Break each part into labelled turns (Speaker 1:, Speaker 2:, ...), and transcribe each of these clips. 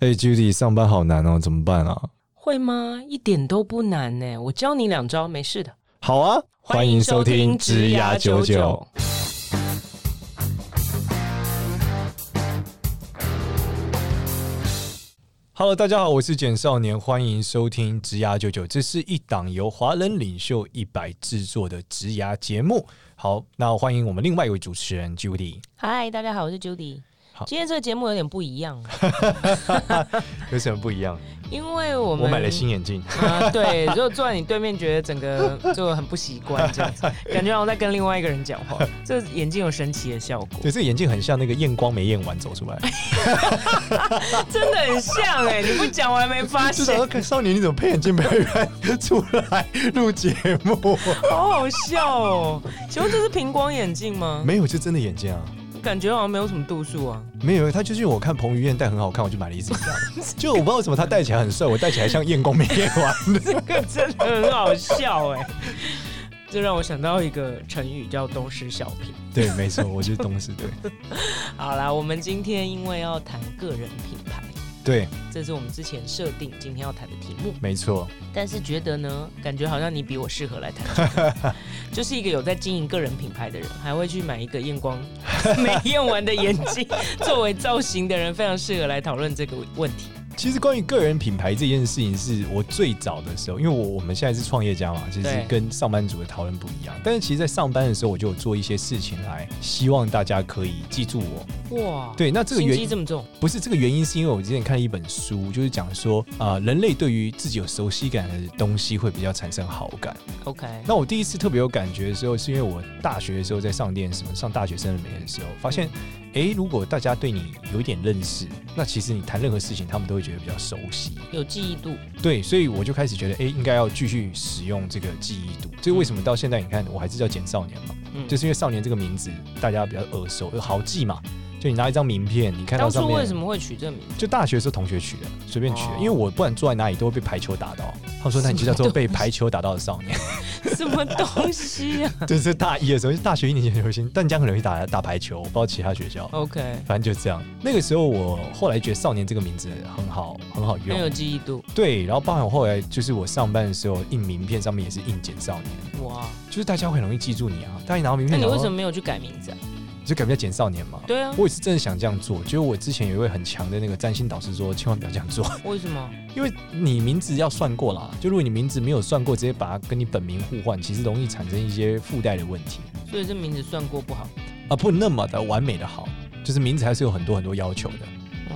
Speaker 1: 哎、j u d y 上班好难哦，怎么办啊？
Speaker 2: 会吗？一点都不难呢、我教你两招，没事的。
Speaker 1: 好啊，欢迎收听《职涯九九》。Hello，大家好，我是简少年，欢迎收听《职涯九九》，这是一档由华人领袖一百制作的职涯节目。好，那欢迎我们另外一位主持人 Judy。
Speaker 2: 嗨，大家好，我是 Judy
Speaker 1: 好。
Speaker 2: 今天这个节目有点不 一样，
Speaker 1: 有什么不 一样？
Speaker 2: 因为我
Speaker 1: 我
Speaker 2: 们
Speaker 1: 买了新眼镜，
Speaker 2: 啊、对，就坐在你对面，觉得整个就很不习惯，这 样子，感觉好像在跟另外一个人讲话。这眼镜有神奇的效果，
Speaker 1: 对，这个眼镜很像那个验光没验完走出 来。
Speaker 2: 真的很像哎、你不讲我还没发
Speaker 1: 至
Speaker 2: 现
Speaker 1: 少，要看少年，你怎么配眼镜配完出来录节目？
Speaker 2: 好好笑哦。请问这是平光眼镜吗？
Speaker 1: 没有，就真的眼镜啊，
Speaker 2: 感觉好像没有什么度数啊。
Speaker 1: 没有，他就是因为我看彭于晏戴很好看，我就买了 一只这样。就我不知道为什么他戴起来很帅，我戴起来像验光没验完的。
Speaker 2: 这个真的很好笑哎、 这让我想到一个成语叫“东施效颦
Speaker 1: 对，没错，我就是东西对。”。
Speaker 2: 好啦，我们今天因为要谈个人品牌，
Speaker 1: 对，
Speaker 2: 这是我们之前设定今天要谈的题目，
Speaker 1: 没错，
Speaker 2: 但是觉得呢，感觉好像你比我适合来谈这 个，就是一个有在经营个人品牌的人，还会去买一个验光 没验完的眼 镜作为造型的人，非常适合来讨论这个问题。
Speaker 1: 其实关于个人品牌这件事情，是我最早的时候，因为我我们现在是创业家嘛，其实
Speaker 2: 对
Speaker 1: 跟上班族的讨论不一样。但是其实，在上班的时候，我就有做一些事情来，希望大家可以记住我。
Speaker 2: 哇，，
Speaker 1: 对，那这个
Speaker 2: 心
Speaker 1: 原
Speaker 2: 机这么重，
Speaker 1: 不是这个原因，是因为我之前看了一本书，就是讲说啊、人类对于自己有熟悉感的东西会比较产生好感。
Speaker 2: OK，
Speaker 1: 那我第一次特别有感觉的时候，是因为我大学的时候在上电视嘛，上大学生的美的时候，发现，诶，如果大家对你有一点认识，那其实你谈任何事情，他们都会觉得比较熟悉。
Speaker 2: 有记忆度，
Speaker 1: 对，所以我就开始觉得，诶，应该要继续使用这个记忆度。这个为什么到现在你看，我还是叫简少年嘛，
Speaker 2: 嗯，
Speaker 1: 就是因为少年这个名字大家比较耳熟，好记嘛。就你拿一张名片，你看到
Speaker 2: 当
Speaker 1: 上
Speaker 2: 初
Speaker 1: 面
Speaker 2: 为什么会取这个名字？
Speaker 1: 就大学的时候同学取的，随便取的
Speaker 2: 嗯哦，
Speaker 1: 因为我不然坐在哪里都会被排球打到。他们说，那你就叫做被排球打到的少年。
Speaker 2: 什么东西 啊
Speaker 1: 这是大一的时候，就是大学一年级的流行，但江很容易打打排球，我不知道其他学校，
Speaker 2: ？OK，
Speaker 1: 反正就这样。那个时候我后来觉得少年这个名字很好，很好
Speaker 2: 很有
Speaker 1: 用。
Speaker 2: 记忆度，
Speaker 1: 对，然后包含我后来就是我上班的时候印名片上面也是印简少年，
Speaker 2: 哇！
Speaker 1: 就是大家会很容易记住你啊。大家一拿到名
Speaker 2: 那
Speaker 1: 片，
Speaker 2: 你为什么
Speaker 1: 然后
Speaker 2: 没有去改名字啊？
Speaker 1: 就改名叫简少年嘛？
Speaker 2: 对啊，
Speaker 1: 我也是真的想这样做，就是我之前有一位很强的那个占星导师说， 千万不要这样做。
Speaker 2: 为什么？
Speaker 1: 因为你名字要算过啦，就如果你名字没有算过，直接把它跟你本名互换，其实容易产生一些附带的问题
Speaker 2: 所以这名字算过不好。
Speaker 1: 啊，不那么的完美的好，就是名字还是有很多很多要求的，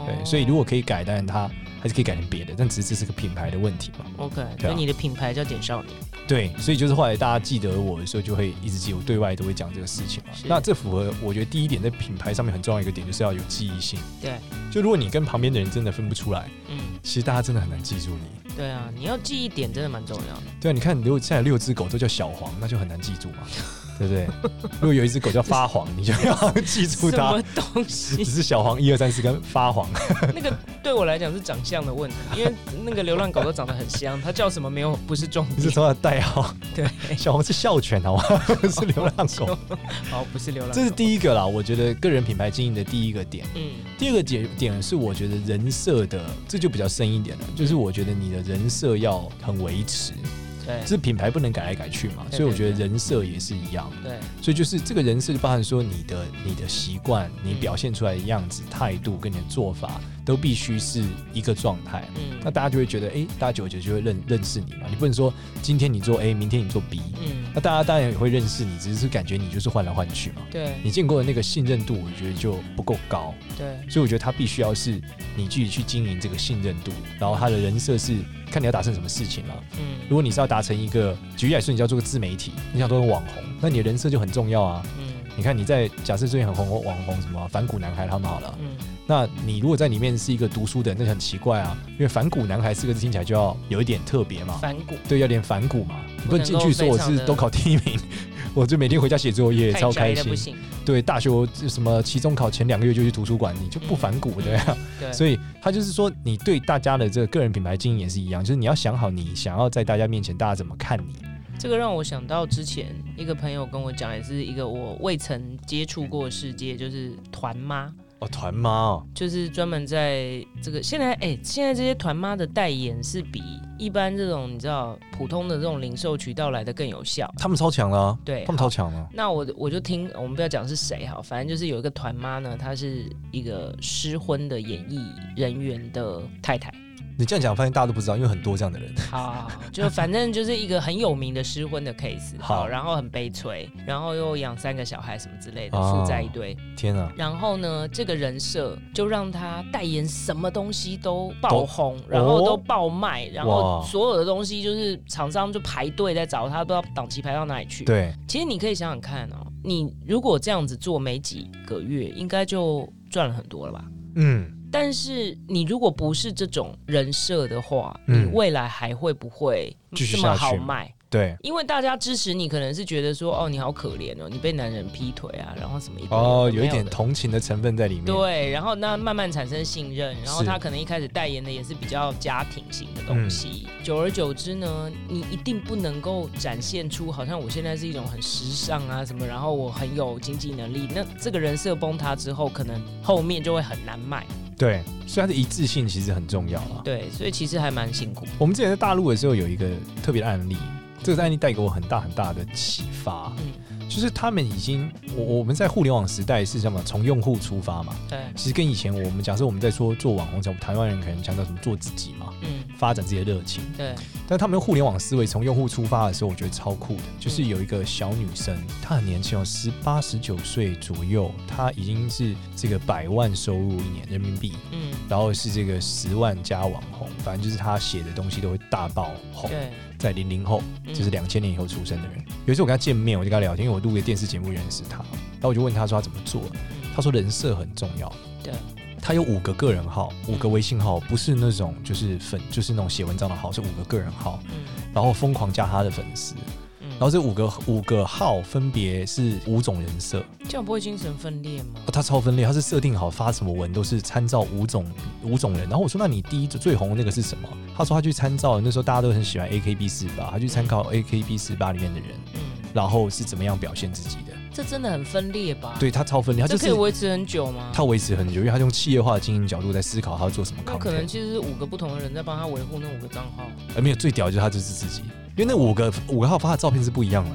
Speaker 1: 对，所以如
Speaker 2: 果
Speaker 1: 果可以改，当然它还是可以改成别的，但只是这是个品牌的问题嘛，
Speaker 2: 哦 OK，所
Speaker 1: 啊
Speaker 2: 以你的品牌叫简少年，
Speaker 1: 对，所以就是后来大家记得我的时候，就会一直记，我对外都会讲这个事情嘛
Speaker 2: 是，
Speaker 1: 那这符合我觉得第一点在品牌上面很重要一个点就是要有记忆性，
Speaker 2: 对，
Speaker 1: 就如果你跟旁边的人真的分不出来，
Speaker 2: 嗯，
Speaker 1: 其实大家真的很难记住你，
Speaker 2: 对啊，你要记忆点真的蛮重要的。
Speaker 1: 对啊，你看，如果现在六只狗都叫小黄，那就很难记住嘛，对不对？ 如果有一只狗叫发黄，你就要记住
Speaker 2: 什
Speaker 1: 它
Speaker 2: 么。东西
Speaker 1: 只？是小黄一二三四跟发黄，
Speaker 2: 那个对我来讲是长相的问题，因为那个流浪狗都长得很像，它叫什么没有不是重
Speaker 1: 你是
Speaker 2: 点。
Speaker 1: 说它的代号？
Speaker 2: 对，
Speaker 1: 小黄是校犬，好吗？ 不是流浪 狗。
Speaker 2: 好，哦不是流浪狗。
Speaker 1: 这是第一个啦，我觉得个人品牌经营的第一个点。
Speaker 2: 嗯，
Speaker 1: 第二个点点是，我觉得人设的，这就比较深一点了，就是我觉得你的人设要很维持，
Speaker 2: 对
Speaker 1: 这品牌不能改来改去嘛，
Speaker 2: 对
Speaker 1: 所以我觉得
Speaker 2: 对对
Speaker 1: 人设也是一样。
Speaker 2: 对，
Speaker 1: 所以就是这个人是包含说你的你的习惯、你表现出来的样子、态度跟你的做法，都必须是一个状态。那
Speaker 2: 嗯
Speaker 1: 大家就会觉得，诶，大家久而久之就会认认识你嘛。你不能说今天你做 A，明天你做 B，
Speaker 2: 嗯，
Speaker 1: 那大家当然也会认识你，只是感觉你就是换来换去嘛。
Speaker 2: 对
Speaker 1: 你见过的那个信任度，我觉得就不够高，
Speaker 2: 对
Speaker 1: 所以我觉得他必须要是你自己去经营这个信任度，然后他的人设是看你要达成什么事情嘛。啊如
Speaker 2: 嗯
Speaker 1: 果你是要达成一个，举例来说，你要做个自媒体，你想做个网红，那你的人设就很重要啊。
Speaker 2: 嗯
Speaker 1: 你看你在假设最近很红网红什么反骨男孩他们好了，
Speaker 2: 嗯，
Speaker 1: 那你如果在里面是一个读书的人，那就很奇怪啊，因为反骨男孩四个字听起来就要有一点特别嘛，
Speaker 2: 反骨
Speaker 1: 对，要点反骨嘛，你不
Speaker 2: 不
Speaker 1: 能进
Speaker 2: 能
Speaker 1: 去说我
Speaker 2: 够非常
Speaker 1: 是
Speaker 2: 地
Speaker 1: 都考第一名， 我就每天回家写作业
Speaker 2: 太
Speaker 1: 超
Speaker 2: 宅
Speaker 1: 开
Speaker 2: 了不
Speaker 1: 心，
Speaker 2: 行。
Speaker 1: 对，大学我什么期中考前两个月就去图书馆，你就不反骨的 呀、
Speaker 2: 对，
Speaker 1: 所以他就是说，你对大家的这个个人品牌经营也是一样，就是你要想好你想要在大家面前大家怎么看你，
Speaker 2: 这个让我想到之前一个朋友跟我讲，也是一个我未曾接触过的世界，就是团妈。
Speaker 1: 哦，团妈哦，
Speaker 2: 就是专门在这个现在哎、现在这些团妈的代言是比一般这种你知道普通的这种零售渠道来的更有效。
Speaker 1: 他们超强了、啊，
Speaker 2: 对
Speaker 1: 他，们超强了、
Speaker 2: 那我我就听，我们不要讲是谁哈，反正就是有一个团妈呢，她是一个失婚的演艺人员的太太。
Speaker 1: 你这样讲，发现大家都不知道，因为很多这样的人。
Speaker 2: 好好，好就反正就是一个很有名的失婚的 case，
Speaker 1: 好
Speaker 2: 好，然后很悲催，然后又养三个小孩什么之类的，
Speaker 1: 哦
Speaker 2: 负债一堆。
Speaker 1: 天啊，
Speaker 2: 然后呢，这个人设就让他代言什么东西都爆红，然
Speaker 1: 哦
Speaker 2: 后都爆卖，然后
Speaker 1: 哇
Speaker 2: 所有的东西就是厂商就排队在找他，不知道档期排到哪里去。
Speaker 1: 对，
Speaker 2: 其实你可以想想看哦，你如果这样子做没几个月，应该就赚了很多了吧？
Speaker 1: 嗯，
Speaker 2: 但是你如果不是这种人设的话，
Speaker 1: 嗯
Speaker 2: 你未来还会不会
Speaker 1: 继续
Speaker 2: 这
Speaker 1: 下去
Speaker 2: 么好卖？
Speaker 1: 对，
Speaker 2: 因为大家支持你，可能是觉得说，哦，你好可怜哦，你被男人劈腿啊，然后什么一堆
Speaker 1: 哦，
Speaker 2: 的
Speaker 1: 有
Speaker 2: 没
Speaker 1: 一点
Speaker 2: 的
Speaker 1: 同情的成分在里面。
Speaker 2: 对，然后那慢慢产生信任，然后
Speaker 1: 是
Speaker 2: 他可能一开始代言的也是比较家庭型的东西，
Speaker 1: 嗯
Speaker 2: 久而久之呢，你一定不能够展现出好像我现在是一种很时尚啊什么，然后我很有经济能力，那这个人设崩塌之后，可能后面就会很难卖。
Speaker 1: 对，所以它的一致性其实很重要啊。
Speaker 2: 对，所以其实还蛮辛苦。
Speaker 1: 我们之前在大陆的时候有一个特别的案例，这个案例带给我很大很大的启发。
Speaker 2: 嗯，
Speaker 1: 就是他们已经，我我们在互联网时代是什么？从用户出发嘛。
Speaker 2: 对，
Speaker 1: 其实跟以前我们假设我们在说做网红，像我们台湾人可能强调什么做自己嘛，
Speaker 2: 嗯，
Speaker 1: 发展自己的热情。
Speaker 2: 对，
Speaker 1: 但他们用互联网思维从用户出发的时候，我觉得超酷的。就是有一个小女生，她很年轻哦，十八十九岁左右，她已经是这个百万收入一年人民币，
Speaker 2: 嗯，
Speaker 1: 然后是这个十万加网红，反正就是她写的东西都会大爆红。
Speaker 2: 对，
Speaker 1: 在零零后，
Speaker 2: 嗯
Speaker 1: 哦就是两千年以后出生的人。有一次我跟她见面，我就跟她聊天，因为我录一个电视节目认识她，然后我就问她说她怎么做，
Speaker 2: 嗯
Speaker 1: 她说人设很重要。
Speaker 2: 对。
Speaker 1: 她有五个个人号，五个微信号，不是那种就是粉，就是那种写文章的号，是五个个人号。
Speaker 2: 嗯
Speaker 1: 然后疯狂加他的粉丝，
Speaker 2: 嗯，
Speaker 1: 然后这五个五个号分别是五种人设，
Speaker 2: 这样不会精神分裂吗？
Speaker 1: 哦他超分裂，他是设定好发什么文都是参照五种五种人。然后我说，那你第一最红的那个是什么？他说他去参照那时候大家都很喜欢 AKB 四八，他去参考 AKB 四八里面的人，
Speaker 2: 嗯，
Speaker 1: 然后是怎么样表现自己的。
Speaker 2: 这真的很分裂吧？，
Speaker 1: 对他超分裂，他
Speaker 2: 这
Speaker 1: 就
Speaker 2: 可以
Speaker 1: 是
Speaker 2: 维持很久吗？
Speaker 1: 他维持很久，因为他用企业化的经营角度在思考他要做什么 content。
Speaker 2: 那可能其实是五个不同的人在帮他维护那五个账号，
Speaker 1: 呃没有最屌的就是他就是自己，因为那五个五个号发的照片是不一样的，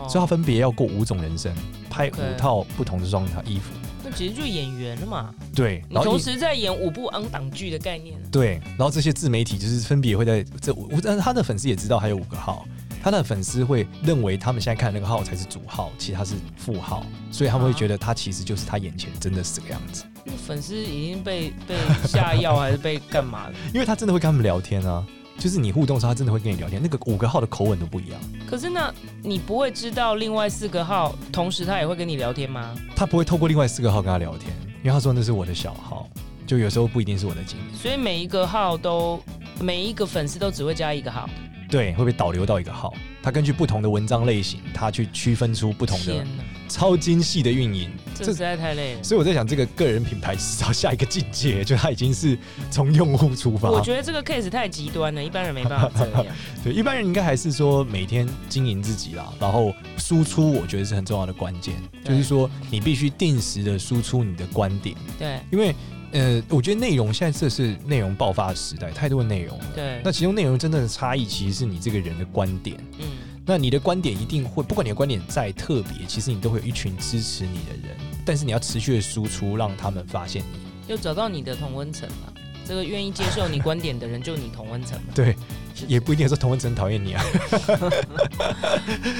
Speaker 2: 哦
Speaker 1: 所以他分别要过五种人生，拍
Speaker 2: OK
Speaker 1: 五套不同的装他衣服。
Speaker 2: 那其实就演员了嘛，
Speaker 1: 对，
Speaker 2: 你
Speaker 1: 然后
Speaker 2: 同
Speaker 1: 一
Speaker 2: 时在演五部昂档剧的概念啊。
Speaker 1: 对，然后这些自媒体就是分别会在这五，但是他的粉丝也知道还有五个号，他的粉丝会认为他们现在看的那个号才是主号，其他是副号，所以他们会觉得他其实就是他眼前真的是这个样子，
Speaker 2: 那粉丝已经被被下药还是被干嘛了？
Speaker 1: 因为他真的会跟他们聊天啊。就是你互动的时候，他真的会跟你聊天，那个五个号的口吻都不一样，
Speaker 2: 可是那你不会知道另外四个号同时他也会跟你聊天吗？
Speaker 1: 他不会透过另外四个号跟他聊天，因为他说那是我的小号，就有时候不一定是我的经理，
Speaker 2: 所以每一个号都每一个粉丝都只会加一个号。
Speaker 1: 对，会被导流到一个号，他根据不同的文章类型，他去区分出不同的
Speaker 2: 天哪，
Speaker 1: 超精细的运营，
Speaker 2: 这实在太累了。
Speaker 1: 所以我在想，这个个人品牌是到下一个境界，就它已经是从用户出发。
Speaker 2: 我觉得这个 case 太极端了，一般人没办 法这样。
Speaker 1: 对一般人应该还是说每天经营自己啦，然后输出，我觉得是很重要的关键。
Speaker 2: 对
Speaker 1: 就是说，你必须定时的输出你的观点，
Speaker 2: 对
Speaker 1: 因为呃，我觉得内容现在这是内容爆发的时代，太多的内容了。
Speaker 2: 对，
Speaker 1: 那其中内容真正的差异，其实是你这个人的观点。
Speaker 2: 嗯
Speaker 1: 那你的观点一定会，不管你的观点再特别，其实你都会有一群支持你的人，但是你要持续的输出，让他们发现你。
Speaker 2: 又找到你的同温层了。这个愿意接受你观点的人，就你同温层嘛。
Speaker 1: 对， 也不一定说同文层讨厌你啊，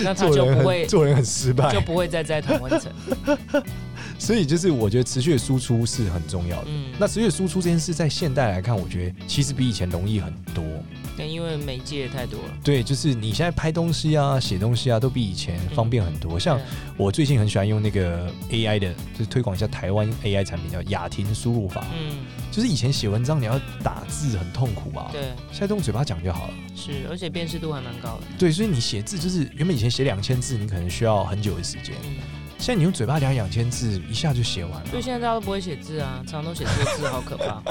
Speaker 2: 那他
Speaker 1: 做
Speaker 2: 就
Speaker 1: 人
Speaker 2: 不
Speaker 1: 很
Speaker 2: 会
Speaker 1: 做人很失败
Speaker 2: 就，不会再在同温层。
Speaker 1: 所以就是我觉得持续的输出是很重要的。
Speaker 2: 嗯，
Speaker 1: 那持续的输出这件事，在现代来看，我觉得其实比以前容易很多。
Speaker 2: 那因为媒介太多了，
Speaker 1: 对，就是你现在拍东西啊、写东西啊，都比以前方便很多。像
Speaker 2: 对
Speaker 1: 我最近很喜欢用那个 AI 的，就是推广一下台湾 AI 产品，叫雅婷输入法。
Speaker 2: 嗯，
Speaker 1: 就是以前写文章你要打字很痛苦啊，
Speaker 2: 对，
Speaker 1: 现在都用嘴巴讲就好了。
Speaker 2: 是，而且辨识度还蛮高的。
Speaker 1: 对，所以你写字就是原本以前写两千字，你可能需要很久的时间。
Speaker 2: 嗯，
Speaker 1: 现在你用嘴巴讲两千字，一下就写完
Speaker 2: 所以
Speaker 1: 了。
Speaker 2: 现在大家都不会写字啊，常常都写错字，好可怕。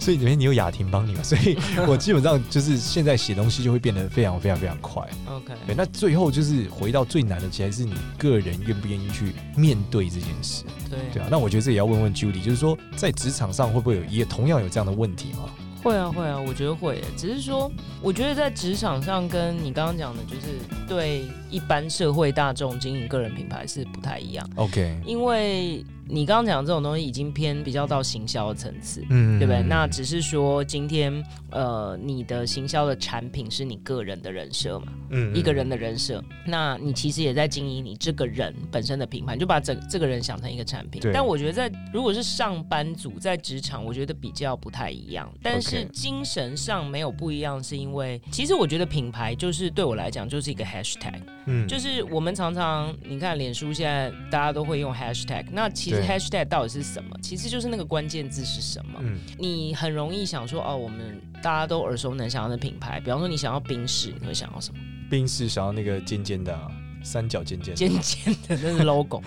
Speaker 1: 所以里面你有雅婷帮你嘛， 所以我基本上就是现在写东西就会变得非常非常非常快。
Speaker 2: OK，
Speaker 1: 对，那最后就是回到最难的，其实还是你个人愿不愿意去面对这件事，
Speaker 2: 对
Speaker 1: 对啊。那我觉得这也要问问 Judy，就是说在职场上会不会有也同样有这样的问题吗？
Speaker 2: 会啊，会啊，我觉得会耶。只是说，我觉得在职场上跟你刚刚讲的，就是对一般社会大众经营个人品牌是不太一样，
Speaker 1: OK，
Speaker 2: 因为你刚刚讲的这种东西已经偏比较到行销的层次。
Speaker 1: 嗯
Speaker 2: 对不对？那只是说今天，呃，你的行销的产品是你个人的人设嘛，一个人
Speaker 1: 的
Speaker 2: 的人设。那你其实也在经营你这个人本身的品牌，你就把整这个人想成一个产品
Speaker 1: 对。
Speaker 2: 但我觉得在如果是上班族在职场，我觉得比较不太一样，但是
Speaker 1: OK
Speaker 2: 精神上没有不一样，是因为其实我觉得品牌就是对我来讲就是一个 hashtag。
Speaker 1: 嗯
Speaker 2: 就是我们常常你看脸书现在大家都会用 hashtag，那其实
Speaker 1: 对
Speaker 2: hashtag 到底是什么？其实就是那个关键字是什么。
Speaker 1: 嗯
Speaker 2: 你很容易想说哦，我们大家都耳熟能详的品牌，比方说你想要冰室，你会想要什么？
Speaker 1: 冰室嗯想要那个尖尖的、啊、三角尖尖的
Speaker 2: 尖尖的那是 logo。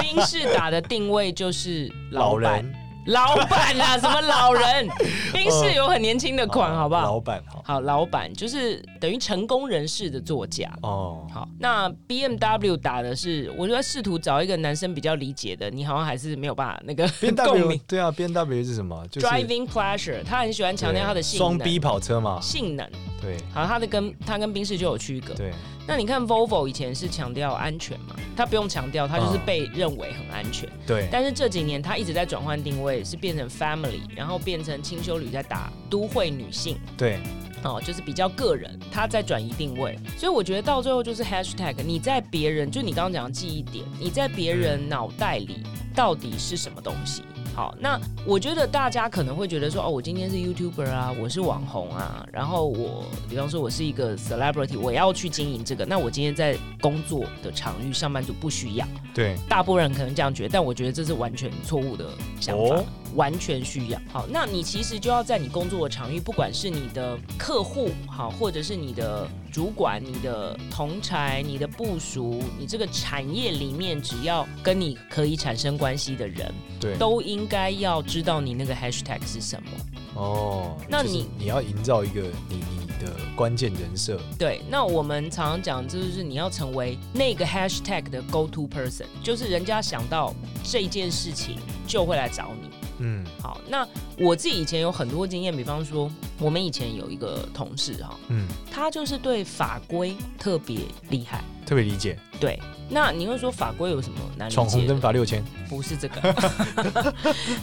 Speaker 2: 冰室打的定位就是老
Speaker 1: 老
Speaker 2: 板，
Speaker 1: 人哦
Speaker 2: 老板啊，什么 老人？冰室有很年轻的款，
Speaker 1: 哦
Speaker 2: 好不好？
Speaker 1: 老板好
Speaker 2: 好，老板就是等于成功人士的座驾。
Speaker 1: 哦，
Speaker 2: 好，那 B M W 打的是，我觉得试图找一个男生比较理解的，你好像还是没有办法 那个
Speaker 1: B
Speaker 2: 共
Speaker 1: W
Speaker 2: 鸣。
Speaker 1: 对啊，B W 是什么？就是
Speaker 2: Driving pleasure，他很喜欢强调他的性
Speaker 1: 双
Speaker 2: 能
Speaker 1: B 跑车嘛，
Speaker 2: 性能，
Speaker 1: 对
Speaker 2: 好，他的跟他跟宾士就有区隔。
Speaker 1: 对，
Speaker 2: 那你看 Volvo 以前是强调安全嘛，他不用强调，他就是
Speaker 1: 嗯
Speaker 2: 被认为很安全。
Speaker 1: 对，
Speaker 2: 但是这几年他一直在转换定位，是变成 family，然后变成清修旅在打都会女性，
Speaker 1: 对，
Speaker 2: 哦，就是比较个人，他在转移定位。所以我觉得到最后就是 hashtag，你在别人，就你刚刚讲的记忆点，你在别人脑袋里到底是什么东西？好，那我觉得大家可能会觉得说，哦，我今天是 YouTuber 啊，我是网红啊，然后我，比方说我是一个 celebrity，我要去经营这个，那我今天在工作的场域，上班族不需要。
Speaker 1: 对，
Speaker 2: 大部分人可能这样觉得，但我觉得这是完全错误的想法，
Speaker 1: 哦
Speaker 2: 完全需要。好，那你其实就要在你工作的场域，不管是你的客户好，或者是你的主管、你的同才、你的部属，你这个产业里面，只要跟你可以产生关系的人，
Speaker 1: 对，
Speaker 2: 都应该要知道你那个 hashtag 是什么。
Speaker 1: 哦，
Speaker 2: 那
Speaker 1: 就是
Speaker 2: 你
Speaker 1: 你要营造一个你你的关键人设，
Speaker 2: 对，那我们常常讲，就是你要成为那个 hashtag 的 go to person，就是人家想到这件事情就会来找你。
Speaker 1: 嗯
Speaker 2: 好，那我自己以前有很多经验，比方说，我们以前有一个同事哈，
Speaker 1: 嗯，
Speaker 2: 他就是对法规特别厉害。
Speaker 1: 特别理解，
Speaker 2: 对，那你会说法规有什么难理
Speaker 1: 闯红
Speaker 2: 解的？
Speaker 1: 灯罚六千，
Speaker 2: 不是这个。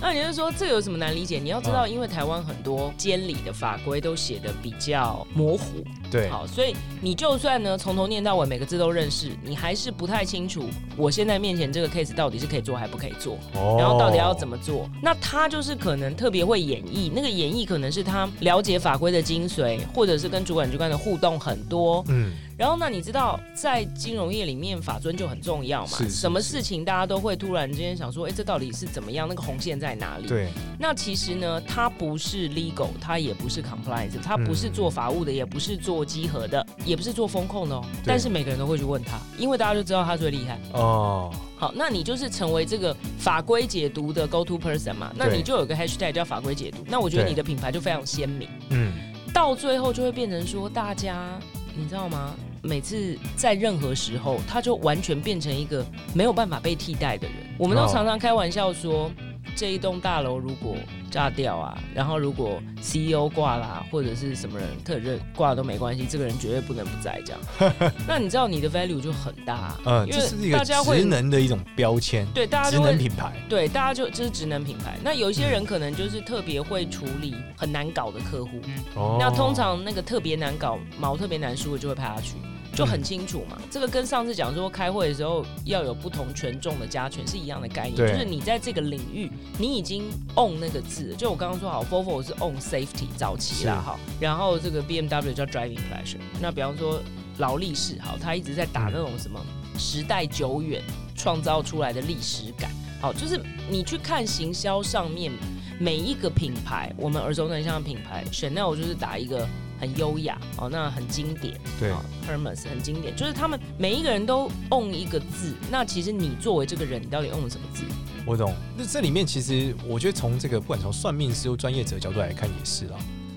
Speaker 2: 那你就说这有什么难理解？你要知道，
Speaker 1: 嗯
Speaker 2: 因为台湾很多监理的法规都写的比较模糊，
Speaker 1: 对，
Speaker 2: 好，所以你就算呢从头念到尾每个字都认识，你还是不太清楚我现在面前这个 case 到底是可以做还不可以做。
Speaker 1: 哦
Speaker 2: 然后到底要怎
Speaker 1: 么？
Speaker 2: 么做？那他就是可能特别会演绎，那个演绎可能是他了解法规的精髓，或者是跟主管机关的互动很多。
Speaker 1: 嗯，
Speaker 2: 然后那你知道，在金融业里面，法尊就很重要嘛。
Speaker 1: 是是
Speaker 2: 什么
Speaker 1: 是
Speaker 2: 事情大家都会突然之间想说，哎，这到底是怎么样？那个红线在哪里？
Speaker 1: 对，
Speaker 2: 那其实呢，它不是 legal，它也不是 compliance，它不
Speaker 1: 嗯
Speaker 2: 是做法务的，也不是做稽核的，也不是做风控的哦。
Speaker 1: 对
Speaker 2: 但是每个人都会去问他，因为大家就知道他最厉害。
Speaker 1: 哦，
Speaker 2: 好，那你就是成为这个法规解读的 go to person 嘛？那
Speaker 1: 对
Speaker 2: 你就有个 hashtag 叫法规解读。那我觉得
Speaker 1: 对
Speaker 2: 你的品牌就非常鲜明，
Speaker 1: 嗯，
Speaker 2: 到最后就会变成说，大家你知道吗？每次在任何时候，他就完全变成一个没有办法被替代的人。我们都
Speaker 1: 哦
Speaker 2: 常常开玩笑说，这一栋大楼如果炸掉啊，然后如果 CEO 挂啦，或者是什么人特任挂都没关系，这个人绝对不能不在这样。 那你知道你的 value 就很大、啊，
Speaker 1: 呃，
Speaker 2: 因
Speaker 1: 这是一
Speaker 2: 为
Speaker 1: 个
Speaker 2: 大家会
Speaker 1: 职能的一种标签，
Speaker 2: 对大家
Speaker 1: 职
Speaker 2: 就会
Speaker 1: 能品牌，
Speaker 2: 对，大家就这是职能品牌。那有一些人可能就是特别会处理很难搞的客户，
Speaker 1: 哦
Speaker 2: 那通常那个特别难搞、毛特别难输的就会派他去，就
Speaker 1: 嗯
Speaker 2: 很清楚嘛。这个跟上次讲说开会的时候要有不同权重的加权是一样的概念，就
Speaker 1: 对
Speaker 2: 是你在这个领域你已经 own 那个字了，就我刚刚说好，Volvo 是 own safety 早期啦
Speaker 1: 是
Speaker 2: 哈，然后这个 BMW 叫 driving pleasure。那比方说劳力士好，他一直在打那种什么
Speaker 1: 嗯
Speaker 2: 时代久远创造出来的历史感。好，就是你去看行销上面，每一个品牌，我们耳熟能详的品牌，Chanel 就是打一个很优雅哦，那很经典，
Speaker 1: 对
Speaker 2: 哦、，Hermes 很经典，就是他们每一个人都 own 一个字。那其实你作为这个人，你到底 own 什么字？
Speaker 1: 我懂。那这里面其实我觉得从这个不管从算命师或专业者角度来看也是啦。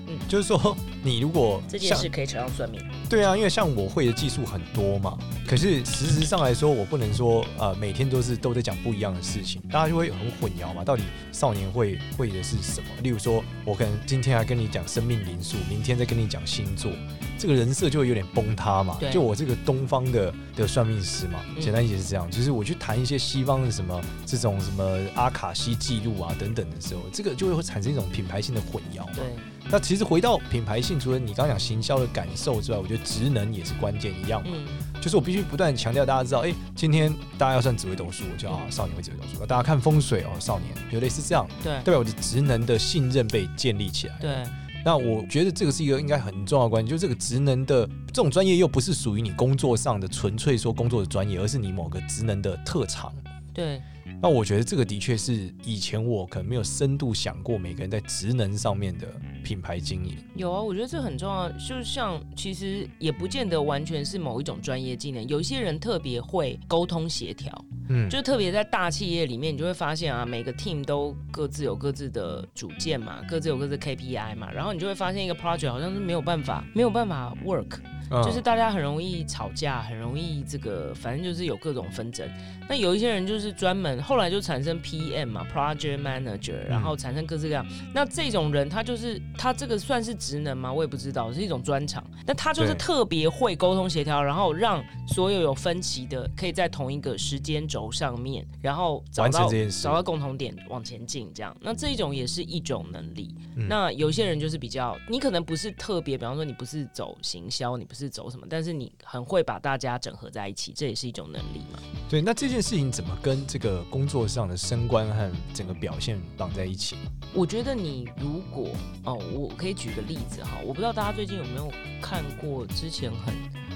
Speaker 2: 嗯
Speaker 1: 就是说，你如果
Speaker 2: 这件
Speaker 1: 像
Speaker 2: 事可以扯上算命。
Speaker 1: 对啊，因为像我会的技术很多嘛，可是实质上来说，我不能说呃每天都是都在讲不一样的事情，大家就会很混淆嘛。到底少年会会的是什么？例如说，我可能今天还跟你讲生命灵数，明天再跟你讲星座，这个人设就会有点崩塌嘛
Speaker 2: 对。
Speaker 1: 就我这个东方的的算命师嘛，
Speaker 2: 嗯
Speaker 1: 简单一点是这样，就是我去谈一些西方的什么这种什么阿卡西记录啊等等的时候，这个就会产生一种品牌性的混淆嘛。
Speaker 2: 对，
Speaker 1: 那其实回到品牌性，除了你刚刚讲行销的感受之外，我觉得职能也是关键一样嘛。
Speaker 2: 嗯，
Speaker 1: 就是我必须不断地强调大家知道，哎、今天大家要算紫微斗数，我就啊少年会紫微斗数；大家看风水哦，少年，有类似这样，
Speaker 2: 对，
Speaker 1: 代表我的职能的信任被建立起来。
Speaker 2: 对，
Speaker 1: 那我觉得这个是一个应该很重要的关键，就是这个职能的这种专业又不是属于你工作上的纯粹说工作的专业，而是你某个职能的特长。
Speaker 2: 对，
Speaker 1: 那我觉得这个的确是以前我可能没有深度想过每个人在职能上面的品牌经营。
Speaker 2: 有啊，我觉得这很重要。就像其实也不见得完全是某一种专业技能，有一些人特别会沟通协调，
Speaker 1: 嗯，
Speaker 2: 就特别在大企业里面，你就会发现啊，每个 team 都各自有各自的主见嘛，各自有各自的 KPI 嘛，然后你就会发现一个 project 好像是没有办法，没有办法 work，
Speaker 1: 嗯
Speaker 2: 就是大家很容易吵架，很容易这个，反正就是有各种纷争。那有一些人就是专门后来就产生 PM 嘛，Project
Speaker 1: 嗯
Speaker 2: Manager，然后产生各式各样。那这种人他就是他这个算是职能吗？我也不知道，是一种专长。那他就是
Speaker 1: 对
Speaker 2: 特别会沟通协调，然后让所有有分歧的可以在同一个时间轴上面，然后找
Speaker 1: 完成
Speaker 2: 到
Speaker 1: 这件事
Speaker 2: 找到共同点往前进，这样。那这一种也是一种能力。
Speaker 1: 嗯
Speaker 2: 那有些人就是比较，你可能不是特别，比方说你不是走行销，你不是走什么，但是你很会把大家整合在一起，这也是一种能力嘛。
Speaker 1: 对，那这件事情怎么跟这个工作上的升官和整个表现绑在一起？
Speaker 2: 我觉得你如果哦，我可以举个例子哈，我不知道大家最近有没有看过之前很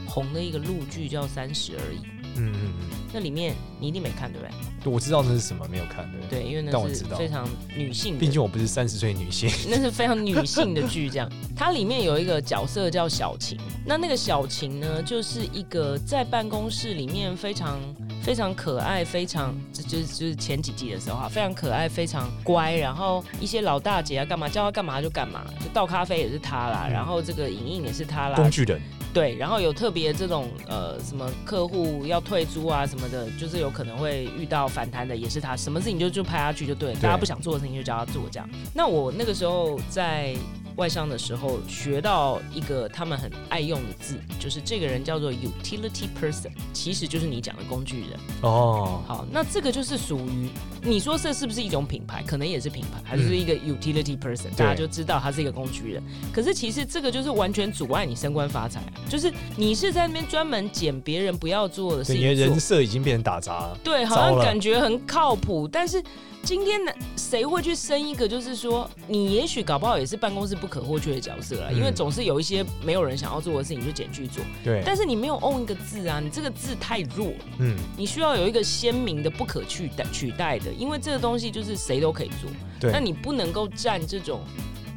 Speaker 2: 红的一个陆剧叫《三十而已》，
Speaker 1: 嗯嗯嗯，
Speaker 2: 那里面你一定没看对不对？
Speaker 1: 我知道那是什么，没有看对。，
Speaker 2: 对，因为
Speaker 1: 但
Speaker 2: 那
Speaker 1: 我
Speaker 2: 是
Speaker 1: 知道
Speaker 2: 非常女性的
Speaker 1: 毕竟我不是三十岁女性。
Speaker 2: 那是非常女性的剧，这样。它里面有一个角色叫小晴，那那个小晴呢，就是一个在办公室里面非常非常可爱，非常就就是就是前几季的时候啊哈，非常可爱，非常乖，然后一些老大姐啊干嘛叫她干嘛就干嘛，就倒咖啡也是她啦，
Speaker 1: 嗯
Speaker 2: 然后这个莹莹也是她啦，
Speaker 1: 工具人，
Speaker 2: 对，然后有特别这种呃什么客户要退租啊什么的，就是有可能会遇到反弹的，也是他，什么事情就就拍下去就对了，
Speaker 1: 对
Speaker 2: 大家不想做的事情就叫他做这样。那我那个时候在外商的时候学到一个他们很爱用的字，就是这个人叫做 utility person，其实就是你讲的工具人。
Speaker 1: 哦，
Speaker 2: 好，那这个就是属于你说这是不是一种品牌？可能也是品牌，还
Speaker 1: 嗯
Speaker 2: 是一个 utility person，、大家就知道他是一个工具人。可是其实这个就是完全阻碍你升官发财啊，就是你是在那边专门捡别人不要做的事
Speaker 1: 对，你的
Speaker 2: 情
Speaker 1: 人
Speaker 2: 做，
Speaker 1: 设已经变成打杂了。
Speaker 2: 对，好
Speaker 1: 糟
Speaker 2: 像
Speaker 1: 了
Speaker 2: 感觉很靠谱，但是。今天呢，谁会去生一个？就是说，你也许搞不好也是办公室不可或缺的角色啊啦，因为
Speaker 1: 嗯
Speaker 2: 总是有一些没有人想要做的事情，你就捡去做。
Speaker 1: 对，
Speaker 2: 但是你没有 own 一个字啊，你这个字太弱了。
Speaker 1: 嗯，
Speaker 2: 你需要有一个鲜明的、不可取代取代的，因为这个东西就是谁都可以做，
Speaker 1: 对。
Speaker 2: 那你不能够占这种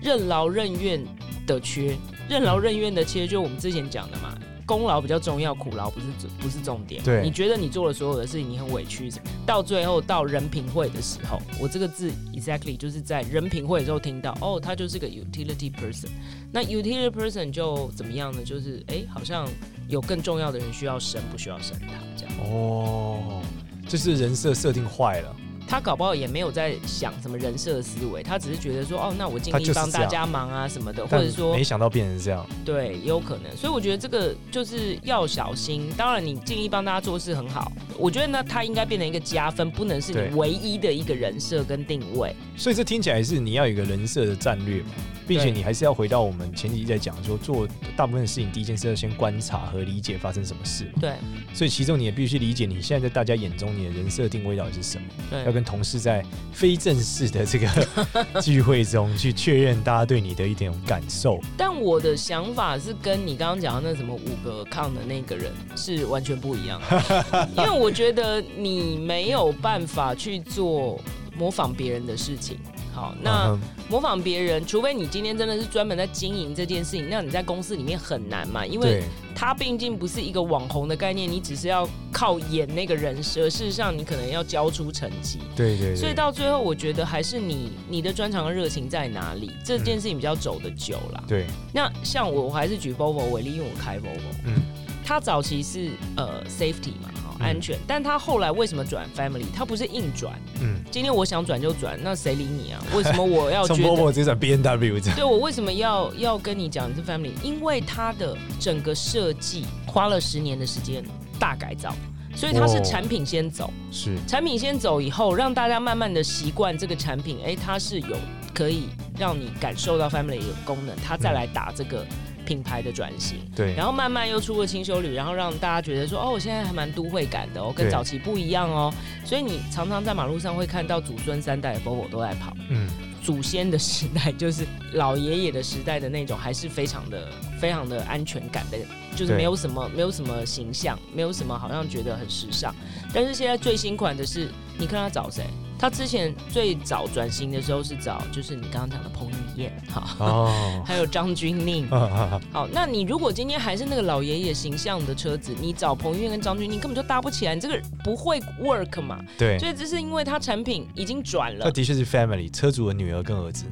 Speaker 2: 任劳任怨的缺，任劳任怨的缺，就我们之前讲的嘛，功劳比较重要，苦劳不是不是重点。
Speaker 1: 对
Speaker 2: 你觉得你做了所有的事情，你很委屈，到最后到人评会的时候，我这个字 exactly 就是在人评会的时候听到，哦，他就是个 utility person。那 utility person 就怎么样呢？就是哎，好像有更重要的人需要生，不需要生他这样。
Speaker 1: 哦，就是人设设定坏了。
Speaker 2: 他搞不好也没有在想什么人设思维，他只是觉得说，哦，那我尽
Speaker 1: 他就是
Speaker 2: 力
Speaker 1: 这样
Speaker 2: 帮大家忙啊什么的，或
Speaker 1: 但
Speaker 2: 者说
Speaker 1: 没，想到变成这样，
Speaker 2: 对，也有可能。所以我觉得这个就是要小心。当然，你尽力帮大家做事很好，我觉得呢，他应该变成一个加分，不能是
Speaker 1: 对
Speaker 2: 你唯一的一个人设跟定位。
Speaker 1: 所以这听起来是你要有一个人设的战略嘛，并且
Speaker 2: 对
Speaker 1: 你还是要回到我们前几集在讲说，做大部分的事情，第一件事要先观察和理解发生什么事嘛。
Speaker 2: 对
Speaker 1: 所以其中你也必须理解，你现在在大家眼中你的人设定位到底是什么，要
Speaker 2: 对
Speaker 1: 跟同事在非正式的这 个聚会中去确认大家对你的一点感受。
Speaker 2: 但我的想法是跟你刚刚讲的那什么五个抗的那个人是完全不一样 的，因为我觉得你没有办法去做模仿别人的事情。好。那
Speaker 1: 嗯哼
Speaker 2: 模仿别人，除非你今天真的是专门在经营这件事情，那你在公司里面很难嘛，因为
Speaker 1: 对
Speaker 2: 它毕竟不是一个网红的概念，你只是要靠演那个人设，而事实上你可能要交出成绩。
Speaker 1: 对对对，
Speaker 2: 所以到最后，我觉得还是你你的专长和热情在哪里，这件事情比较走得久啦。
Speaker 1: 对
Speaker 2: 那像我，我还是举 Volvo 为例，因为我开 Volvo，
Speaker 1: 嗯
Speaker 2: 它早期是呃 safety 嘛，哈
Speaker 1: 嗯
Speaker 2: 安全，但它后来为什么转 family？它不是硬转，
Speaker 1: 嗯，
Speaker 2: 今天我想转就转，那谁理你啊？为什么我要觉
Speaker 1: 从 Volvo
Speaker 2: 得？
Speaker 1: 直接转 B N W 这样，
Speaker 2: 对我为什么要要跟你讲你是 family？因为它的整个设计花了十年的时间大改造，所以它是
Speaker 1: 哦
Speaker 2: 产品先走。
Speaker 1: 是
Speaker 2: 产品先走以后，让大家慢慢的习惯这个产品，哎，它是有可以让你感受到 family 的功能，它再来打这个品牌的转型。
Speaker 1: 对，
Speaker 2: 然后慢慢又出了轻修旅，然后让大家觉得说，哦，我现在还蛮都会感的哦，跟
Speaker 1: 对
Speaker 2: 早期不一样哦。所以你常常在马路上会看到祖孙三代的 Volvo 都在跑，
Speaker 1: 嗯
Speaker 2: 祖先的时代就是老爷爷的时代的那种，还是非常的非常的安全感的，就是
Speaker 1: 对
Speaker 2: 没有什么没有什么形象，没有什么好像觉得很时尚。但是现在最新款的是，你看他找谁？他之前最早转型的时候是找就是你刚刚讲的彭于晏，好，
Speaker 1: 哦
Speaker 2: 还有张钧甯，
Speaker 1: 啊啊啊
Speaker 2: 好，那你如果今天还是那个老爷爷形象的车子，你找彭于晏跟张钧甯根本就搭不起来，你这个不会 work 嘛？
Speaker 1: 对，
Speaker 2: 所以这是因为它产品已经转
Speaker 1: 他
Speaker 2: 了，
Speaker 1: 的确是 family 车主的女儿跟儿子，、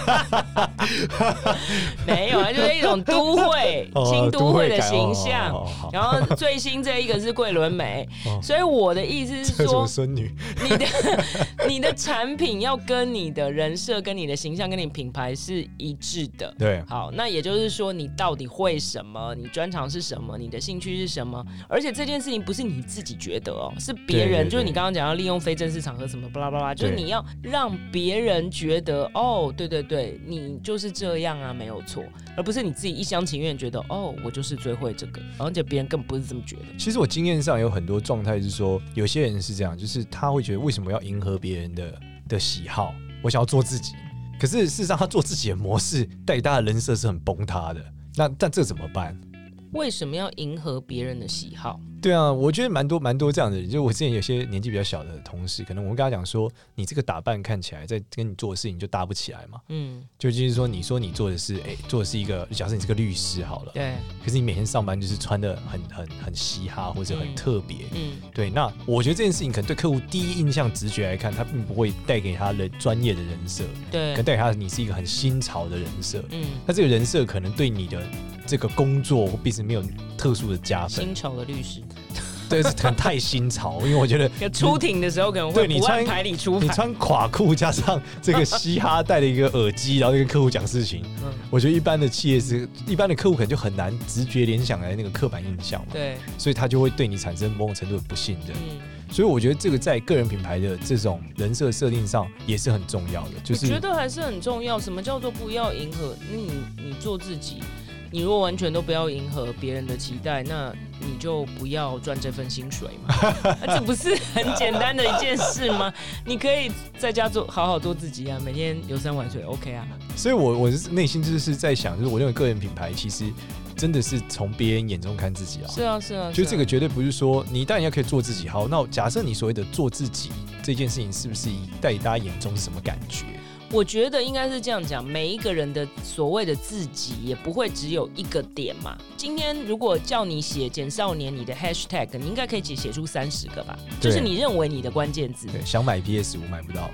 Speaker 2: 没有，它就是一种都会
Speaker 1: 哦
Speaker 2: 轻都会的
Speaker 1: 感
Speaker 2: 形
Speaker 1: 哦
Speaker 2: 象。
Speaker 1: 哦好
Speaker 2: 然后最新这一个是桂纶镁
Speaker 1: 哦，
Speaker 2: 所以我的意思是
Speaker 1: 车主
Speaker 2: 说
Speaker 1: 的，孙女，
Speaker 2: 你的 你的产品要跟你的人设、跟你的形象、跟你品牌是一致的。
Speaker 1: 对
Speaker 2: 好，那也就是说，你到底会什么？你专长是什么？你的兴趣是什么？而且这件事情不是你自己觉得哦，是别人，
Speaker 1: 对对对
Speaker 2: 就是你刚刚讲要利用非正式场合什么巴拉巴拉，就是
Speaker 1: 对
Speaker 2: 你要让别人觉得哦，对对对，你就是这样啊，没有错，而不是你自己一厢情愿觉得哦，我就是最会这个，而且别人根本不是这么觉得。
Speaker 1: 其实我经验上有很多状态是说，有些人是这样，就是他会觉得为什么要迎合别人的的喜好，我想要做自己。可是事实上，他做自己的模式带给大家的人设是很崩塌的。那但这怎么办？
Speaker 2: 为什么要迎合别人的喜好？
Speaker 1: 对啊，我觉得蛮多蛮多这样的人。就我之前有些年纪比较小的同事，可能我会跟他讲说，你这个打扮看起来在跟你做的事情就搭不起来嘛。
Speaker 2: 嗯，
Speaker 1: 就就是说，你说你做的是，哎、做的是一个，假设你是个律师好了，
Speaker 2: 对，
Speaker 1: 可是你每天上班就是穿的很很很嘻哈或者很
Speaker 2: 嗯
Speaker 1: 特别，
Speaker 2: 嗯，
Speaker 1: 对，那我觉得这件事情可能对客户第一印象直觉来看，他并不会带给他人专业的人设，可能
Speaker 2: 对，
Speaker 1: 带给他你是一个很新潮的人设。
Speaker 2: 嗯，
Speaker 1: 那这个人设可能对你的这个工作或 business 没有特殊的加分
Speaker 2: 新，潮的律师。
Speaker 1: 对，是可能太新潮。因为我觉 得
Speaker 2: 可出庭的时候可能会
Speaker 1: 对你
Speaker 2: 不按
Speaker 1: 穿
Speaker 2: 牌理出
Speaker 1: 你
Speaker 2: 牌。
Speaker 1: 穿垮裤加上这个嘻哈，戴了一个耳机，然后跟客户讲事情，
Speaker 2: 嗯，
Speaker 1: 我觉得一般的企业是一般的客户可能就很难直觉联想来那个刻板印象嘛，
Speaker 2: 对，
Speaker 1: 所以他就会对你产生某种程度的不信任。
Speaker 2: 嗯，
Speaker 1: 所以我觉得这个在个人品牌的这种人设设定上也是很重要的，就
Speaker 2: 我觉
Speaker 1: 是
Speaker 2: 得还是很重要。什么叫做不要迎合？那你你做自己，你如果完全都不要迎合别人的期待，那你就不要赚这份薪水 嘛。啊这不是很简单的一件事吗？你可以在家做好好做自己啊，每天游山玩水，OK 啊。
Speaker 1: 所以我我是内心就是在想，就是我认为个人品牌其实真的是从别人眼中看自己啊，
Speaker 2: 是啊，是啊，
Speaker 1: 就是
Speaker 2: 啊
Speaker 1: 这个绝对不是说你当然要可以做自己好，那假设你所谓的做自己这件事情是不是以在大家眼中是什么感觉？
Speaker 2: 我觉得应该是这样讲，每一个人的所谓的自己也不会只有一个点嘛。今天如果叫你写“简少年”你的 hashtag，你应该可以写写出三十个吧，就
Speaker 1: 对
Speaker 2: 是你认为你的关键字。
Speaker 1: 对，想买 PS 五买不到，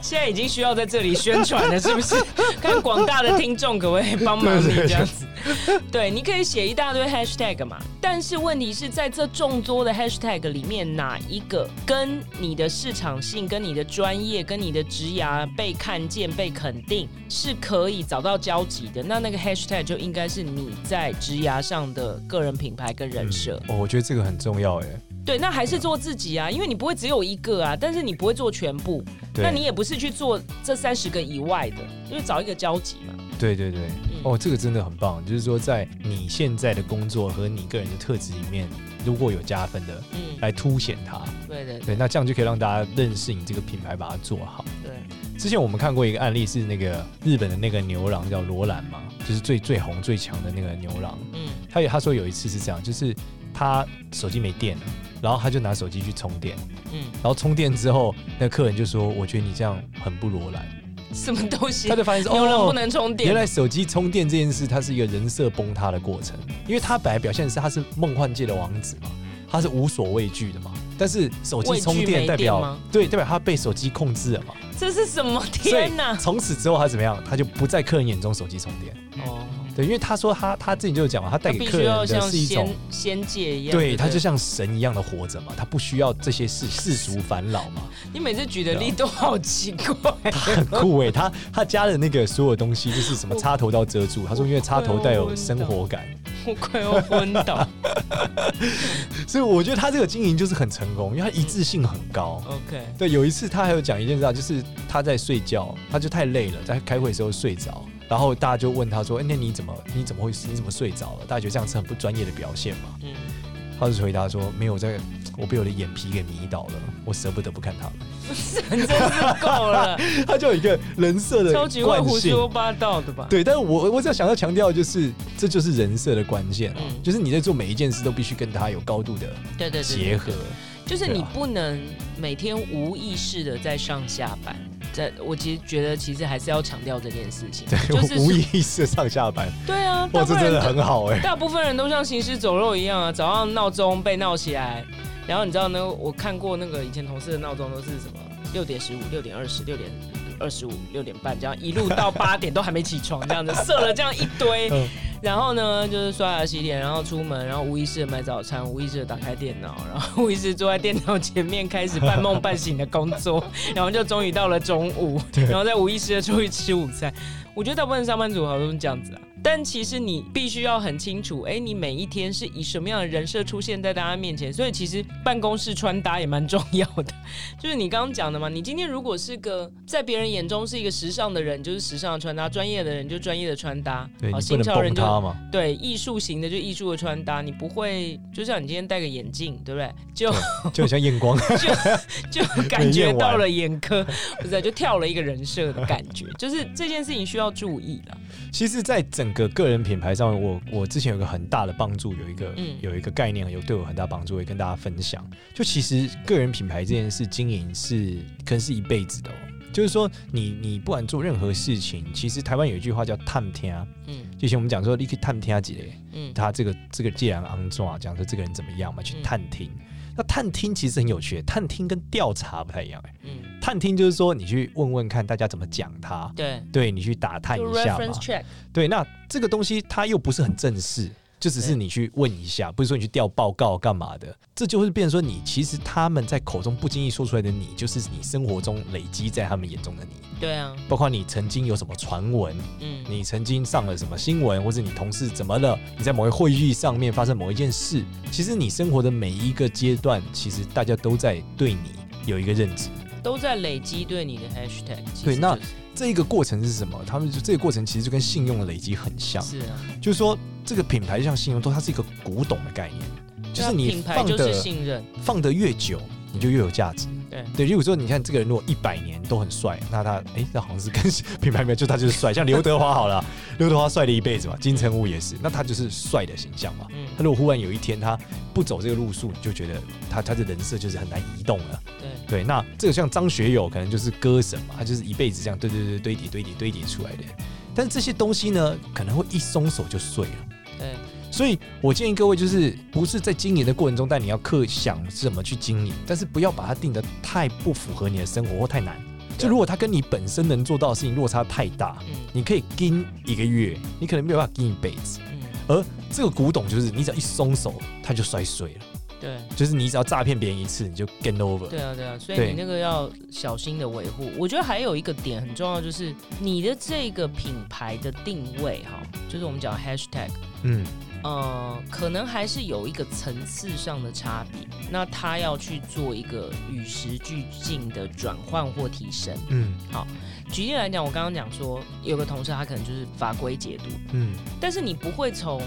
Speaker 2: 现在已经需要在这里宣传了，是不是？看广大的听众可不可以帮忙你
Speaker 1: 对对对
Speaker 2: 这样子？对，你可以写一大堆 hashtag 嘛，但是问题是在这众多的 hashtag 里面，哪一个跟你的市场性、跟你的专业、跟你的职涯被看见、被肯定是可以找到交集的？那那个 hashtag 就应该是你在职涯上的个人品牌跟人设。
Speaker 1: 哦，我觉得这个很重要哎。
Speaker 2: 对，那还是做自己啊，因为你不会只有一个啊，但是你不会做全部。
Speaker 1: 对
Speaker 2: 那你也不是去做这三十个以外的，就是找一个交集嘛。
Speaker 1: 对对对，
Speaker 2: 嗯
Speaker 1: 哦，这个真的很棒，就是说在你现在的工作和你个人的特质里面，如果有加分的，
Speaker 2: 嗯，
Speaker 1: 来凸显它。
Speaker 2: 对对
Speaker 1: 对，那这样就可以让大家认识你这个品牌，把它做好。
Speaker 2: 对，
Speaker 1: 之前我们看过一个案例，是那个日本的那个牛郎叫罗兰嘛，就是最最红最强的那个牛郎。
Speaker 2: 嗯
Speaker 1: 他有他说有一次是这样，就是他手机没电了，然后他就拿手机去充电，
Speaker 2: 嗯，
Speaker 1: 然后充电之后，那客人就说：“我觉得你这样很不罗兰。
Speaker 2: 什么东”西
Speaker 1: 他？就发现说：“
Speaker 2: 牛郎不
Speaker 1: 哦，
Speaker 2: 能充
Speaker 1: 原
Speaker 2: 电，
Speaker 1: 来手机充电这件事，它是一个人设崩塌的过程，因为他本来表现的是他是梦幻界的王子嘛，他是无所畏惧的嘛，但是手
Speaker 2: 畏
Speaker 1: 机
Speaker 2: 惧
Speaker 1: 充
Speaker 2: 没
Speaker 1: 电代
Speaker 2: 电
Speaker 1: 表
Speaker 2: 吗
Speaker 1: 对代表他被手机控制了嘛，
Speaker 2: 这是什么
Speaker 1: 所以
Speaker 2: 天哪？
Speaker 1: 从此之后他怎么样，他就不在客人眼中手机充电。
Speaker 2: 哦，
Speaker 1: 对，因为他说他他自己就有讲嘛，他带
Speaker 2: 他
Speaker 1: 给
Speaker 2: 必
Speaker 1: 客
Speaker 2: 须要
Speaker 1: 人的
Speaker 2: 像
Speaker 1: 是一种
Speaker 2: 仙。仙界一样，
Speaker 1: 对他
Speaker 2: 不
Speaker 1: 就像神一样的活着嘛，他不需要这些世世俗烦恼嘛，
Speaker 2: 你每次举的
Speaker 1: 啊
Speaker 2: 例都好奇怪，
Speaker 1: 他很酷哎、他他家的那个所有东西就是什么插头都要遮住，他说因为插头带有生活感，
Speaker 2: 我快要昏 倒。
Speaker 1: 所以我觉得他这个经营就是很成功，因为他一致性很高。
Speaker 2: OK，
Speaker 1: 对，有一次他还有讲一件事啊，就是他在睡觉，他就太累了，在开会的时候睡着，然后大家就问他说：“哎、那你怎么你怎么会你怎么睡着了？”大家觉得这样是很不专业的表现嘛？
Speaker 2: 嗯，
Speaker 1: 他就回答说：“没有我在，我被我的眼皮给迷倒了，我舍不得不看他们。
Speaker 2: 真是够了，”
Speaker 1: 他就有一个人设的
Speaker 2: 超级会
Speaker 1: 惯
Speaker 2: 胡
Speaker 1: 性。
Speaker 2: 说八道的吧？
Speaker 1: 对，但是我我只要想要强调的就是，这就是人设的关键啊，
Speaker 2: 嗯
Speaker 1: 就是你在做每一件事都必须跟他有高度的
Speaker 2: 对对对，
Speaker 1: 结合。
Speaker 2: 就是
Speaker 1: 对
Speaker 2: 你
Speaker 1: 啊
Speaker 2: 不能每天无意识的在上下班。在我其实觉得，其实还是要强调这件事情，
Speaker 1: 我
Speaker 2: 就是
Speaker 1: 无
Speaker 2: 说
Speaker 1: 意识上下班，
Speaker 2: 对啊，
Speaker 1: 哇，
Speaker 2: 大部
Speaker 1: 这
Speaker 2: 分
Speaker 1: 真
Speaker 2: 人
Speaker 1: 的
Speaker 2: 都
Speaker 1: 很好哎、
Speaker 2: 大部分人都像行尸走肉一样啊，早上闹钟被闹起来，然后你知道呢，我看过那个以前同事的闹钟都是什么六点十五、六点二十、六点二十五、六点半，这样一路到八点都还没起床，这样子设了这样一堆
Speaker 1: 嗯，
Speaker 2: 然后呢就是刷牙洗脸，然后出门，然后无意识的买早餐，无意识的打开电脑，然后无意识坐在电脑前面开始半梦半醒的工作，然后就终于到了中 午，然后再无意识的出去吃午餐。我觉得大部分上班族好像都是这样子啊。但其实你必须要很清楚，哎、你每一天是以什么样的人设出现在大家面前，所以其实办公室穿搭也蛮重要的。就是你刚刚讲的嘛，你今天如果是个在别人眼中是一个时尚的人，就是时尚的穿搭；专业的人就专业的穿搭，
Speaker 1: 对
Speaker 2: 好
Speaker 1: 你不
Speaker 2: 新
Speaker 1: 能哦
Speaker 2: 潮
Speaker 1: 崩
Speaker 2: 人就
Speaker 1: 塌嘛，
Speaker 2: 对艺术型的就艺术的穿搭。你不会，就像你今天戴个眼镜，对不对？就
Speaker 1: 就很像验 光。
Speaker 2: 就感觉到了眼科，不是就跳了一个人设的感觉，就是这件事情需要注意了。
Speaker 1: 其实，在整个个人品牌上，我我之前有一个很大的帮助，有一个、
Speaker 2: 嗯
Speaker 1: 有一个概念，有对我很大帮助，也跟大家分享。就其实个人品牌这件事经营是可能是一辈子的哦。就是说你，你不管做任何事情，其实台湾有一句话叫“探天”，
Speaker 2: 嗯
Speaker 1: 就以前我们讲说，你可以探听几类，
Speaker 2: 嗯，
Speaker 1: 他这个这个既然肮脏啊，讲说这个人怎么样嘛，去
Speaker 2: 嗯
Speaker 1: 探听。那探听其实很有趣，探听跟调查不太一样、欸。
Speaker 2: 嗯，
Speaker 1: 探听就是说你去问问看大家怎么讲他，
Speaker 2: 对，
Speaker 1: 对你去打探
Speaker 2: 就
Speaker 1: 一下嘛
Speaker 2: reference。check，
Speaker 1: 对，那这个东西它又不是很正式，就只是
Speaker 2: 对
Speaker 1: 你去问一下，不是说你去调报告干嘛的，这就会变成说你其实他们在口中不经意说出来的你，就是你生活中累积在他们眼中的你，
Speaker 2: 对啊，
Speaker 1: 包括你曾经有什么传闻，
Speaker 2: 嗯，
Speaker 1: 你曾经上了什么新闻，或者你同事怎么了，你在某一会议上面发生某一件事，其实你生活的每一个阶段，其实大家都在对你有一个认知。
Speaker 2: 都在累积对你的 hashtag 其实就是。
Speaker 1: 对那这一个过程是什么？他们就这个过程其实就跟信用的累积很像，
Speaker 2: 是啊，
Speaker 1: 就是说这个品牌就像信用，都它是一个古董的概念，就是
Speaker 2: 那
Speaker 1: 你
Speaker 2: 啊品牌
Speaker 1: 放
Speaker 2: 就是
Speaker 1: 的
Speaker 2: 信任，
Speaker 1: 放的越久，你就越有价值。
Speaker 2: 对
Speaker 1: 对，如果说你看这个人，如果一百年都很帅，那他哎，那好像是跟品牌没有，就他就是 帅。像刘德华好了，刘德华帅了一辈子嘛，金城武也是，那他就是帅的形象嘛。
Speaker 2: 嗯，
Speaker 1: 他如果忽然有一天他不走这个路数，你就觉得他他的人设就是很难移动了。
Speaker 2: 对，
Speaker 1: 对，那这个像张学友可能就是歌神嘛，他就是一辈子这样堆堆堆堆叠堆叠堆叠出来的。但是这些东西呢，可能会一松手就碎了。
Speaker 2: 对，
Speaker 1: 所以我建议各位，就是不是在经营的过程中，但你要刻想怎么去经营，但是不要把它定的太不符合你的生活或太难。就如果它跟你本身能做到的事情落差太大，
Speaker 2: 嗯
Speaker 1: 你可以盯一个月，你可能没有办法盯一辈子。
Speaker 2: 嗯，
Speaker 1: 而这个古董就是你只要一松手，它就摔碎了。
Speaker 2: 对。
Speaker 1: 就是你只要诈骗别人一次，你就 get over。
Speaker 2: 对啊，对啊，所以
Speaker 1: 对
Speaker 2: 你那个要小心的维护。我觉得还有一个点很重要，就是你的这个品牌的定位哈，就是我们讲 hashtag，
Speaker 1: 嗯，
Speaker 2: 呃，可能还是有一个层次上的差别。那他要去做一个与时俱进的转换或提升。
Speaker 1: 嗯
Speaker 2: 举例来讲，我刚刚讲说，有个同事他可能就是法规解读，
Speaker 1: 嗯，
Speaker 2: 但是你不会从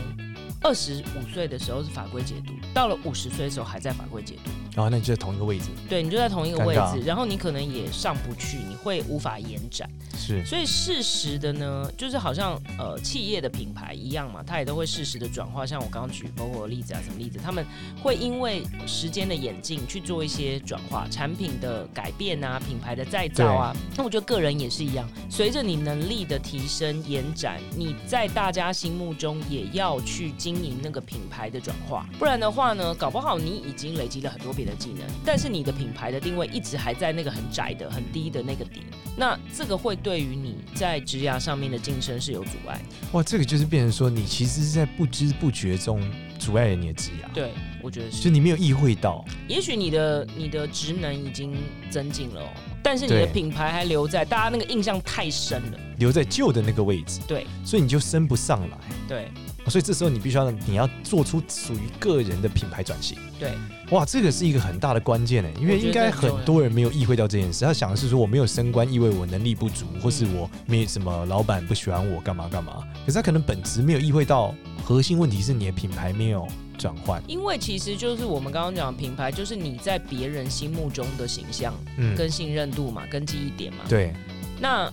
Speaker 2: 二十五岁的时候是法规解读，到了五十岁的时候还在法规解读，
Speaker 1: 然后那你就在同一个位置，
Speaker 2: 对你就在同一个
Speaker 1: 尴
Speaker 2: 位
Speaker 1: 尬
Speaker 2: 置，然后你可能也上不去，你会无法延展。
Speaker 1: 是
Speaker 2: 所以适时的呢，就是好像呃企业的品牌一样嘛，它也都会适时的转化。像我刚刚举 VOGO 的例子啊，什么例子，他们会因为时间的演进去做一些转化，产品的改变啊，品牌的再造啊。那我觉得个人也是一样，随着你能力的提升延展，你在大家心目中也要去经营那个品牌的转化，不然的话呢，搞不好你已经累积了很多别的技能，但是你的品牌的定位一直还在那个很窄的、很低的那个点。那这个会对于你在职涯上面的晋升是有阻碍。
Speaker 1: 哇，这个就是变成说你其实是在不知不觉中阻碍了你的职涯，
Speaker 2: 对，我觉 得。
Speaker 1: 就是你没有意会到。
Speaker 2: 也许你的你的职能已经增进了、哦，但是你的
Speaker 1: 对
Speaker 2: 品牌还留在，大家那个印象太深了。
Speaker 1: 留在旧的那个位置，
Speaker 2: 对
Speaker 1: 所以你就升不上来。哦
Speaker 2: 对
Speaker 1: 所以这时候你必须要你要做出属于个人的品牌转型。
Speaker 2: 对，
Speaker 1: 哇，这个是一个很大的关键呢，欸因为
Speaker 2: 我觉得
Speaker 1: 应该
Speaker 2: 这很重
Speaker 1: 很
Speaker 2: 要
Speaker 1: 多人没有意会到这件事。他想的是说我没有升官，意味我能力不足，或是我没有什么老板不喜欢我干嘛干嘛。可是他可能本质没有意会到核心问题是你的品牌没有转换。
Speaker 2: 因为其实就是我们刚刚讲的品牌，就是你在别人心目中的形象
Speaker 1: 嗯，
Speaker 2: 跟信任度嘛，跟记忆点嘛。
Speaker 1: 对，
Speaker 2: 那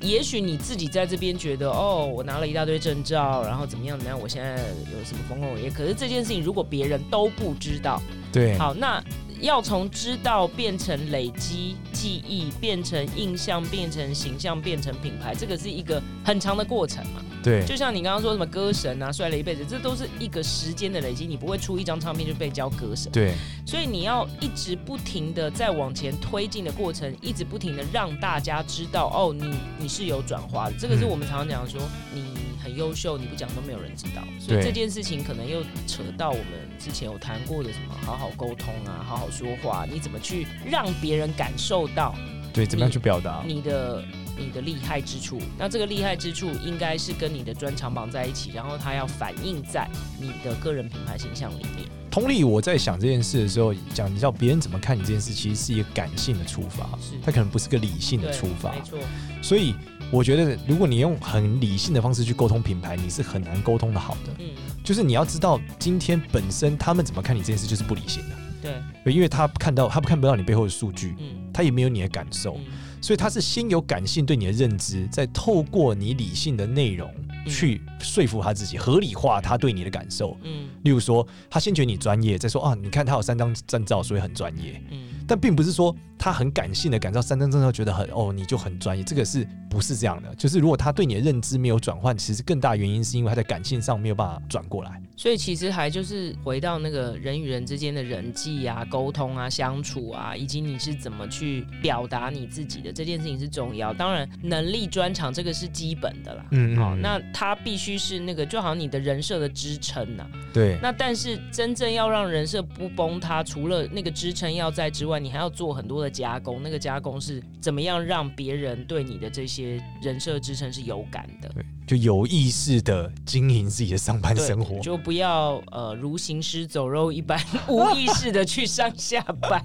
Speaker 2: 也许你自己在这边觉得，哦，我拿了一大堆证照，然后怎么样怎么样，我现在有什么丰功伟业。可是这件事情如果别人都不知道，
Speaker 1: 对，
Speaker 2: 好，那要从知道变成累积记忆，变成印象，变成形象，变成品牌，这个是一个很长的过程嘛。
Speaker 1: 对，
Speaker 2: 就像你刚刚说什么歌神啊，帅了一辈子，这都是一个时间的累积，你不会出一张唱片就被叫歌神。
Speaker 1: 对，
Speaker 2: 所以你要一直不停的在往前推进的过程，一直不停的让大家知道，哦，你你是有转化的。这个是
Speaker 1: 嗯
Speaker 2: 我们常常讲说，你很优秀，你不讲都没有人知道。所以
Speaker 1: 对
Speaker 2: 这件事情可能又扯到我们之前有谈过的什么好好沟通啊，好好说话，你怎么去让别人感受到
Speaker 1: 对，怎么样去表达？
Speaker 2: 你的你的厉害之处？那这个厉害之处应该是跟你的专长绑在一起，然后它要反映在你的个人品牌形象里面。
Speaker 1: 同理，我在想这件事的时候，讲你知道别人怎么看你这件事，其实是一个感性的出发，
Speaker 2: 是
Speaker 1: 它可能不是个理性的
Speaker 2: 对
Speaker 1: 出发
Speaker 2: 没。错，
Speaker 1: 所以我觉得，如果你用很理性的方式去沟通品牌，你是很难沟通的好的。
Speaker 2: 嗯，
Speaker 1: 就是你要知道，今天本身他们怎么看你这件事就是不理性的，
Speaker 2: 对，
Speaker 1: 对因为他看到他看不到你背后的数据，
Speaker 2: 嗯。
Speaker 1: 他也没有你的感受，
Speaker 2: 嗯
Speaker 1: 所以他是先有感性对你的认知，再透过你理性的内容
Speaker 2: 嗯
Speaker 1: 去说服他自己，合理化他对你的感受。
Speaker 2: 嗯
Speaker 1: 例如说，他先觉得你专业，再说啊，你看他有三张证照，所以很专业。
Speaker 2: 嗯，
Speaker 1: 但并不是说他很感性的感到三张证照觉得很哦，你就很专业，这个是不是这样的？就是如果他对你的认知没有转换，其实更大原因是因为他在感性上没有办法转过来。
Speaker 2: 所以其实还就是回到那个人与人之间的人际啊、沟通啊、相处啊，以及你是怎么去表达你自己的这件事情是重要。当然，能力专长这个是基本的啦。
Speaker 1: 嗯
Speaker 2: 好、哦那它必须是那个，就好像你的人设的支撑呐、
Speaker 1: 对
Speaker 2: 那但是真正要让人设不崩塌，除了那个支撑要在之外，你还要做很多的加工。那个加工是怎么样让别人对你的这些人设支撑是有感的？
Speaker 1: 对，就有意识的经营自己的上班
Speaker 2: 对
Speaker 1: 生活。
Speaker 2: 就不要呃如行尸走肉一般无意识的去上下班。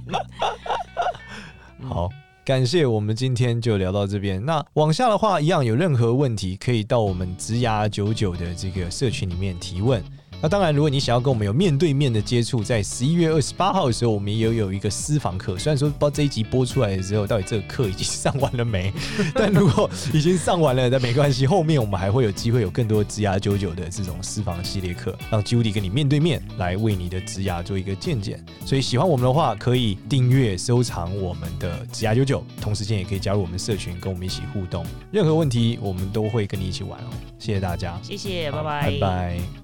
Speaker 2: 嗯
Speaker 1: 好，感谢我们今天就聊到这边。那往下的话，一样有任何问题，可以到我们直牙九九的这个社群里面提问。那当然，如果你想要跟我们有面对面的接触，在十一月二十八号的时候，我们也有有一个私房课。虽然说不知道这一集播出来的时候，到底这个课已经上完了 没，但如果已经上完了，那没关系，后面我们还会有机会有更多职涯九九的这种私房系列课，让 Judy 跟你面对面来为你的职涯做一个见解。所以喜欢我们的话，可以订阅、收藏我们的职涯九九，同时间也可以加入我们社群，跟我们一起互动。任何问题我们都会跟你一起玩哦。谢谢大家，
Speaker 2: 谢谢，
Speaker 1: 好
Speaker 2: 拜拜
Speaker 1: 拜拜